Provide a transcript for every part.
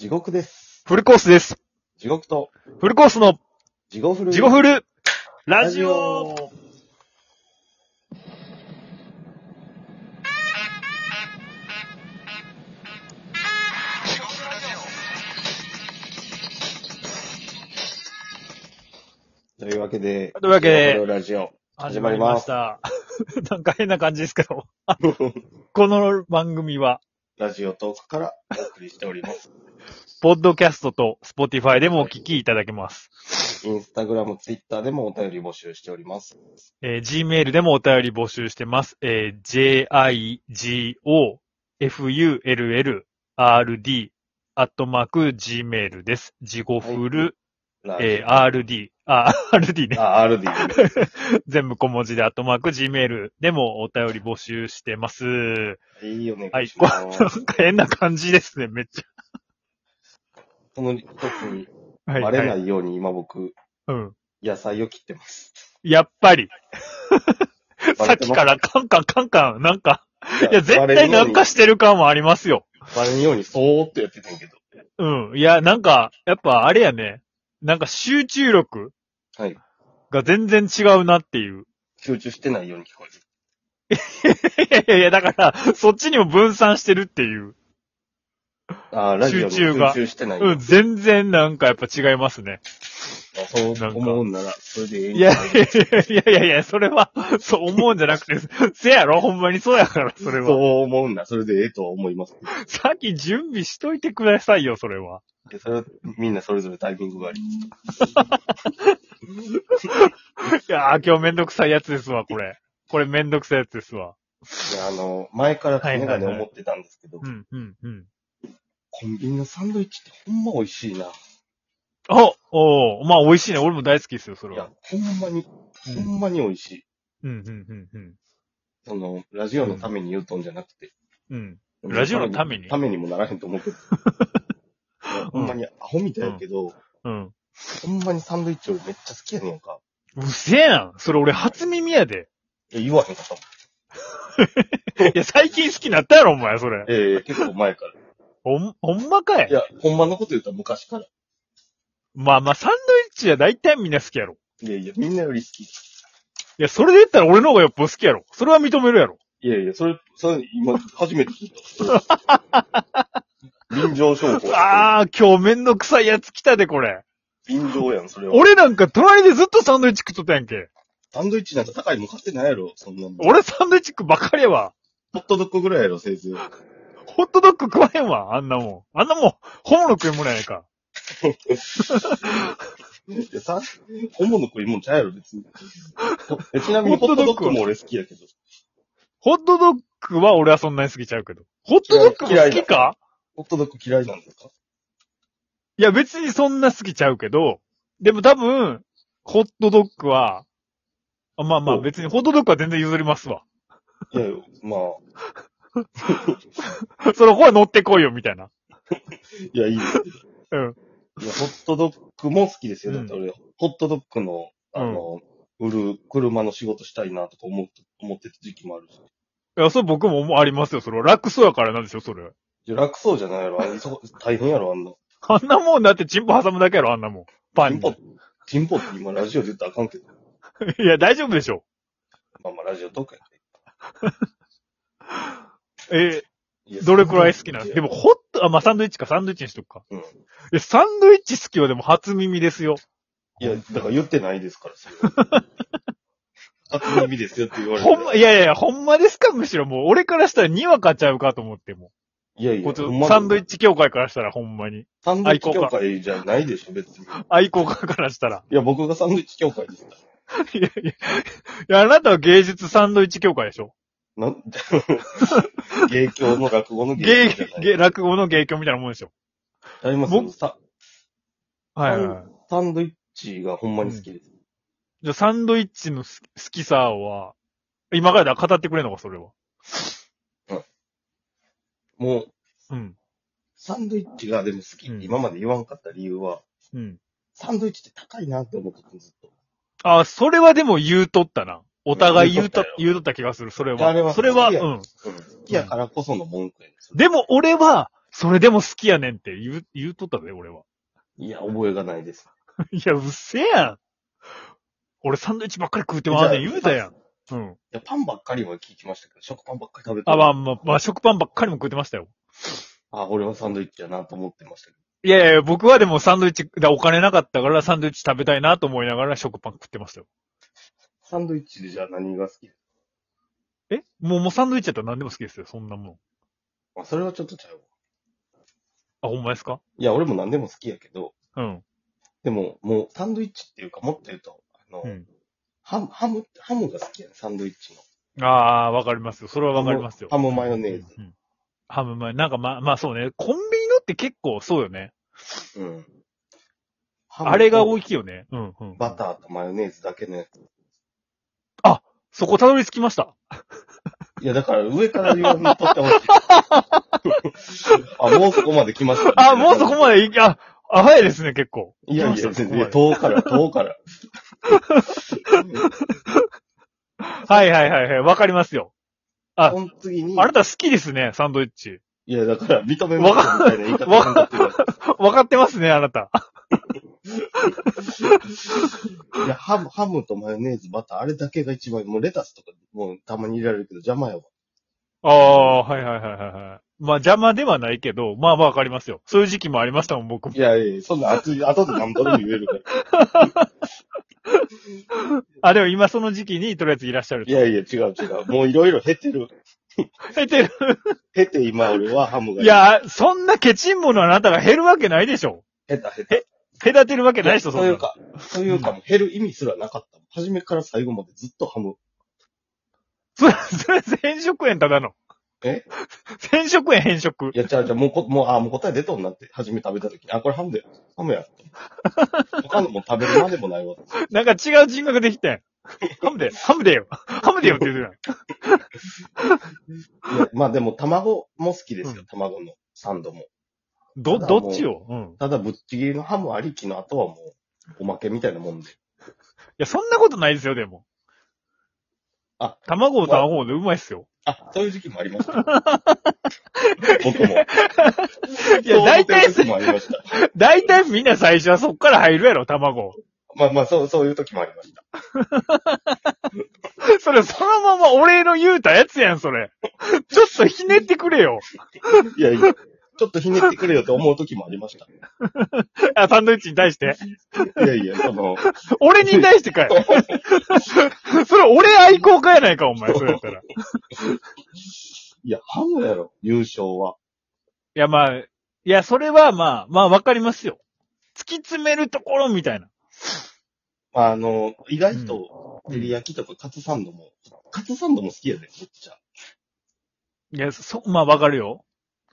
地獄です。フルコースです。地獄と、フルコースの地獄フル。ジゴフルララジジオオというわけで、というわ地け獄で、フルラジオ。始始ままりりまましすた。 なんか変な感じですけど、 この番組は、ラジオトークからお送りしております。ポッドキャストとスポティファイでもお聞きいただけます。インスタグラム、ツイッターでもお便り募集しております。えー Gmail でもお便り募集してます。えー jigo,fullrd, アットマーク Gmail です。ジゴフル、ラえジー rd, あ、rd ねオ。。あ、RD ね。全部小文字で、アットマーク、Gmail でもお便り募集してます。いいお願はいい。しこまう なんす。か変な感じですね、めっちその一つに、ゃ。はい、バレは。ないいように今僕、うん。野菜を切ってます。やっぱ り。ますさっきからカンカンカンカン、なんか、いや、絶バレ対んよなうにんかしてる感はありますよ。バレんように、そーっとやってたんやけど。うん。いや、なんか、やっぱあれやね。なんか集中力はい。が全然違うなっていう。 集中してないように聞こえてる。いやいやいや、だから、そっちにも分散してるっていう。あーラジオに集集中が中してないよううにん、全然なんかやっぱ違いますね。そう思うんなら、それでええんいちやゃういやいやいやいや、それは、そう思うんじゃなくて、せやろほんまにそうやから、それそは。う思うんなら、それでええとは思います。さっき準備しといてくださいよ、それは。でそれはみんなそれぞれタイミングがあり。いやー、今日めんどくさいやつですわ、これ。これめんどくさいやつですわ。であの、前からメガネはいはいはい思ってたんですけど、うん、うん、うん。コンビニのサンドイッチってほんま美味しいな。あおおまあ、美味しいね。俺も大好きですよ、そいれやは。、ほんまに、うほん、んまに美味しい。うん、うん、うん。その、ラジオのために言うとんじゃなくて。うん。ラジオのためにためにもならへんと思う けど。いやほんまにアホみたいやけど、うん。ほんまにサンドイッチ俺めっちゃ好きやねんか。うっせえな。それ俺初耳やで。え、言わへんかったもん。いや、最近好きになったやろ、お前、それ。ええ結構前 から。ほん、ほんまかいいや、ほんまのこと言うたら昔から。まあまあ、サンドイッチは大体みんな好きやろ。いやいや、みんなより好き。いや、それで言ったら俺の方がよっぽど好きやろ。それは認めるやろ。いやいや、それ、それ、今、初めて聞いた。臨場証拠。ああ、今日めんどくさいやつ来たで、これ。臨場やん、それは。俺なんか隣でずっとサンドイッチ食っとったやんけ。サンドイッチなんか高いもん買ってないやろ、そんなの。俺サンドイッチ食ばっかりやわ。ホットドッグぐらいやろ、せいぜい。ホットドッグ食わへんわ、あんなもん。あんなもん、本物食いもんやないか。いや、さ、本物食いもんちゃうやろ、別に。えちなみに、ホットドッグも俺好きやけど。ホットドッグは俺はそんなに好きちゃうけど。ホットドッグも嫌好いきかホットドッグ嫌いなんですかいや、別にそんな好きちゃうけど、でも多分、ホットドッグは、あまあまあお別にホットドッグは全然譲りますわ。 いやいや、まあ、その方は乗ってこいよ、みたいな。いや、いいですけど。うんいや、ホットドッグも好きですよ。うんだって俺、ホットドッグの、あの、売る車の仕事したいなとか思って、思ってた時期もあるし。いや、それ僕も思うありますよ、それは。楽そうやからなんですよ、それ。いや楽そうじゃないやろ。あれそ大変やろ、あんな。あんなもんだってチンポ挟むだけやろ、あんなもん。パンチンにポ。、チンポって今ラジオで言ったらあかんけど。 いや、大丈夫でしょ。まあまあラジオとかやねえいやーどれくらい好きなんいでやも、ホット、あ、まあ、サンドイッチか、サンドイッチにしとくか。うんいや、サンドイッチ好きはでも初耳ですよ。いや、だから言ってないですから、それは。 初耳ですよって言われて。ほんま、いやいやいや、ほんまですかむしろもう、俺からしたらにわかちゃうかと思っても。いやいこやっち、サンドイッチ。チ協会からしたらほんまに。サンドイッチ協会じゃないでしょ、別に。い愛好家からしたら。や、僕がサンドイッチ協会ですかいやいや、いや、あなたは芸術サンドイッチ協会でしょら。なん 芸協の落語の芸芸協じゃ、ない。芸、落語の芸協みたいなもんでしょありますよ僕さはいはいはい。サンドイッチがほんまに好きです。じゃあ、サンドイッチの好き好きさは、今からだ語ってくれるのか、それは。もう、うん。サンドイッチがでも好きって今まで言わんかった理由は、うん。サンドイッチって高いなって思ってたずっと。あ、それはでも言うとったな。お互い言うとうん、言うとった気がする、それいやあれは。はそれは、いうやん。うん好きやからこその文句やねんそれでも、俺は、それでも好きやねんって言う、言うとったで、俺は。いや、覚えがないです。 いや、うっせえやん。俺サンドイッチばっかり食うてまうねん、じゃあ言うたやん。うん。いや、パンばっかりは聞きましたけど、食パンばっかり食べてあ、まあまあ、まあ、食パンばっかりも食ってましたよ。あ、俺はサンドイッチやなと思ってましたけいやいや、僕はでもサンドイッチ、だお金なかったからサンドイッチ食べたいなと思いながら食パン食ってましたよ。ど。サンドイッチでじゃあ何が好きですえもうもうサンドイッチやったら何でも好きですよ、そんなもん。かあ、それはちょっとちゃうわ。あ、ほんまですかいや、俺も何でも好きやけど、うん。でも、もうサンドイッチっていうか、もっと言うと、あの、うん。ハム、ハム、ハムが好きやね、サンドイッチの。ああー、わかりますよ。それはわかりますよ。ハムハムマヨネーズうん。うんハムマヨ、なんかまあ、まあそうね。コンビニのって結構そうよね。うん。あれが大い。きいよね。うんうん。バターとマヨネーズだけのやつ。そこたどり着きました。いや、だから上から言わんとってほしい。 あ、もうそこまで来ました、あ、もうそこまでいき、あ、あ早いですね、結構。いやい来や、ました全然、遠から、遠から。 はいはいはいはい。わかりますよ。あその次に、あなた好きですね、サンドイッチ。いや、だから、認めましたみたいな言い方なんだってるわかってますね、あなた。いや、ハム、ハムとマヨネーズ、バター、あれだけが一番、もうレタスとか、もうたまに入れられるけど邪魔やわ。ああ、はいはいはいはいはい。まあ邪魔ではないけど、まあまあわかりますよ。そういう時期もありましたもん、僕もい。やいや、そんな熱い、後で何度でも言えるから。あ、でも今その時期にとりあえずいらっしゃるいと。やいや、違う違う。もういろいろ減ってる。減ってる。減って今俺はハムが。い、や、そんなケチンものあなたが減るわけないでしょ。減った減った。隔てるわけないでしょ、そういんうなの。か、そういうか、減る意味すらなかった。初めから最後までずっとハム。それ、そ れ、変色炎ただの。え変色炎変色。いや、ちゃうちゃう、もうこ、もう、あもう答え出とんなって、初め食べた時に。あ、これハムだよ。ハ ムや。他のも食べるまでもないわ。なんか違う人格できてん。ハムで、ハムでよ。ハムでよって言うてるいやまあでも、卵も好きですよ。うん卵のサンドも。やたん。だど、もうどっちをうん。いただ、ぶっちぎりのハムありきの後はもう、おまけみたいなもんで。や、そんなことないですよ、でも。あ、卵を卵でうまいっすよ。あ、そういう時期もありました。 僕も。いや、大体そういう時、もありました。大体みんな最初はそっから入るやろ、卵。まあまあ、そう、そういう時もありました。それ、そのまま俺の言うたやつやん、それ。ちょっとひねってくれよ。いやいや、ちょっとひねってくれよって思う時もありました。あ、サンドイッチに対して。いやいや、その、俺に対してかい。 それ、俺愛好家やないか、お前、それやったら。いいや、ハムやろ、優勝は。や、まあ、いや、それはまあ、まあ、わかりますよ。突き詰めるところみたいな。まあ、あの、意外と、照り焼きとかカツサンドも、カツサンドも好きやで、めっちゃ。いや、そ、まあ、わかるよ。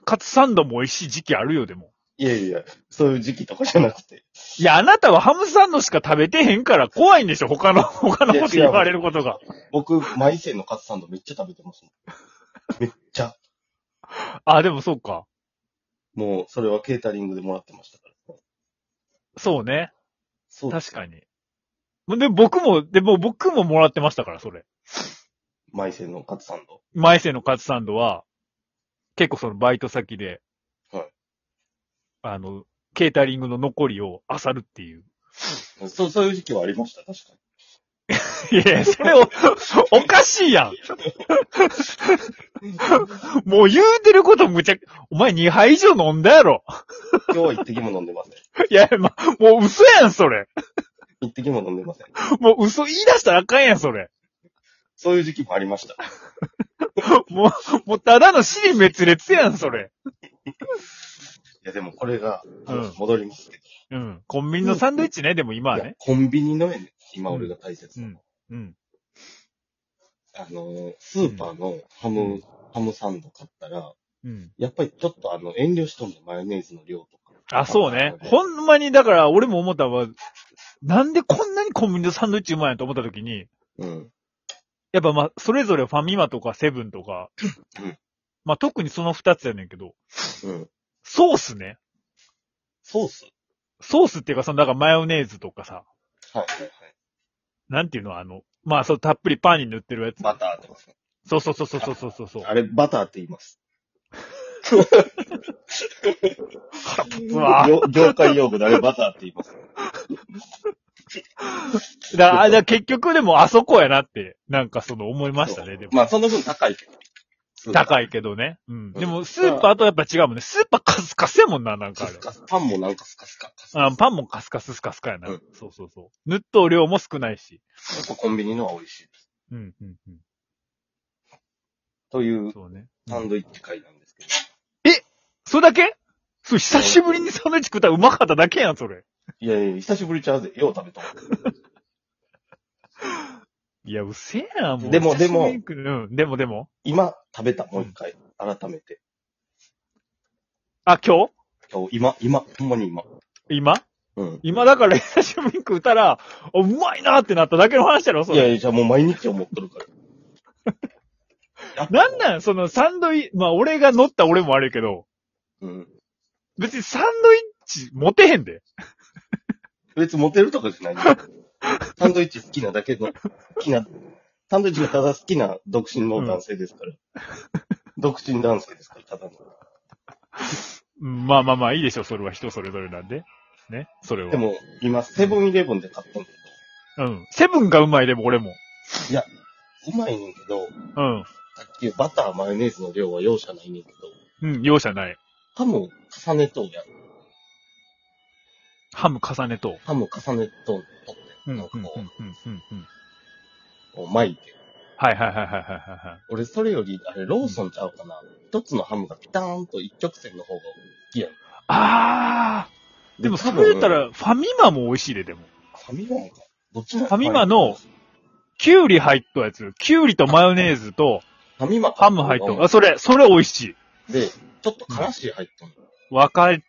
カツサンドも美味しい時期あるよ、でも。いやいや、そういう時期とかじゃなくて。いや、あなたはハムサンドしか食べてへんから怖いんでしょ他の、他のこと言われることが。僕、マイセンのカツサンドめっちゃ食べてますもん。めっちゃ。あ、でもそうか。もう、それはケータリングでもらってましたから。そうね。そう。確かに。で、僕も、でも僕ももらってましたから、それ。マイセンのカツサンド。前世のカツサンドは、結構そのバイト先で、はいあの、ケータリングの残りを漁るっていう。そう、そういう時期はありました、確かに。いやいや、それお、 おかしいやん。 もう言うてることむちゃ、お前2杯以上飲んだやろ。今日は一滴も飲んでません。いや、ま、もう嘘やん、それ。一滴も飲んでません。もう嘘言い出したらあかんやん、それ。そういう時期もありました。もう、もうただの死に滅裂やん、それ。いや、でもこれが、うん戻りますけど。うん。コンビニのサンドイッチね、でも今はいやね。コンビニのやね。今俺が大切なの。うん。あの、スーパーのハム、うんハムサンド買ったら、うん。やっぱりちょっとあの、遠慮しとんねんマヨネーズの量とか。あ、そうね。ほん、ほんまに、だから俺も思ったわ。なんでこんなにコンビニのサンドイッチうまいなと思った時に、うん。やっぱまあ、それぞれファミマとかセブンとかうん、まあ特にその二つやねんけど、うん。ソースね。ソースソースっていうか、その、だからマヨネーズとかさ、はいはいはい。なんていうのあの、まあ、そう、たっぷりパンに塗ってるやつ。バターとか。そうそうそうそうそうそうそう。あれ、バターって言います。うわ業業界用語であれバターって言います。だから、あだから結局でもあそこやなって、なんかその思いましたね、でも。まあ、その分高いけど。高い。いけどね。うん。うんでも、スーパーとやっぱ違うもんね。スーパーカスカスやもんな、なんかカあれス。カス。パンもなんかスカスカ。あパンもカスカススカスカやな。うんそうそうそう。塗っと量も少ないし。やっぱコンビニのは美味しい。うん、うん、う。、というんそうね。サンドイッチ会なんですけど。それだけそう、久しぶりにサンドイッチ食ったらうまかっただけやん、それ。いやいや、久しぶりちゃうぜ。よう食べたわ。いや、うせえな、もう。でも久しぶりに食ううん、でもでも。今、食べた、もう一回。改めて。あ、今日今日、今、今、ほんまに今。今うん。今だから 久しぶりに食ったら、あうまいなってなっただけの話やろ、そいやれ。いや、じゃあもう毎日思っとるから。やっぱなんなんそのサンドイまあ俺が乗った俺もあるけど、うん。別にサンドイッチ持てへんで。別にモテるとかじゃないよ。 サンドイッチ好きなだけの、好きな、サンドイッチがただ好きな独身の男性ですから。独身男性ですから、ただの。うん、まあまあまあいいでしょ、それは人それぞれなんで。ね、それは。でも、今、セブンイレブンで買ったんだけうん。セブンがうまいでも俺も。ど、うまいねんけど、うん。さっきバター、マヨネーズの量は容赦ないねんけど、うん、容赦ない。ハム重ねとうやん。ハム重ねと。ハム重ねとうとって、うん、う、なんんうかん、こうん、うん。うんう、こう巻いて。はいはいはいはいはいはいはい。俺、それより、あれ、ローソンちゃうかな。一つのハムがピターンと一直線の方が好きやん。あー。でもそれ言った多分、ら、ファミマも美味しいで、でも。ファミマか。どっちも。ファミマの、キュウリ入ったやつ。キュウリとマヨネーズと、ファミマかハム入った。あ、それ、それ美味しい。で、ちょっとからし入っとんの。分かれて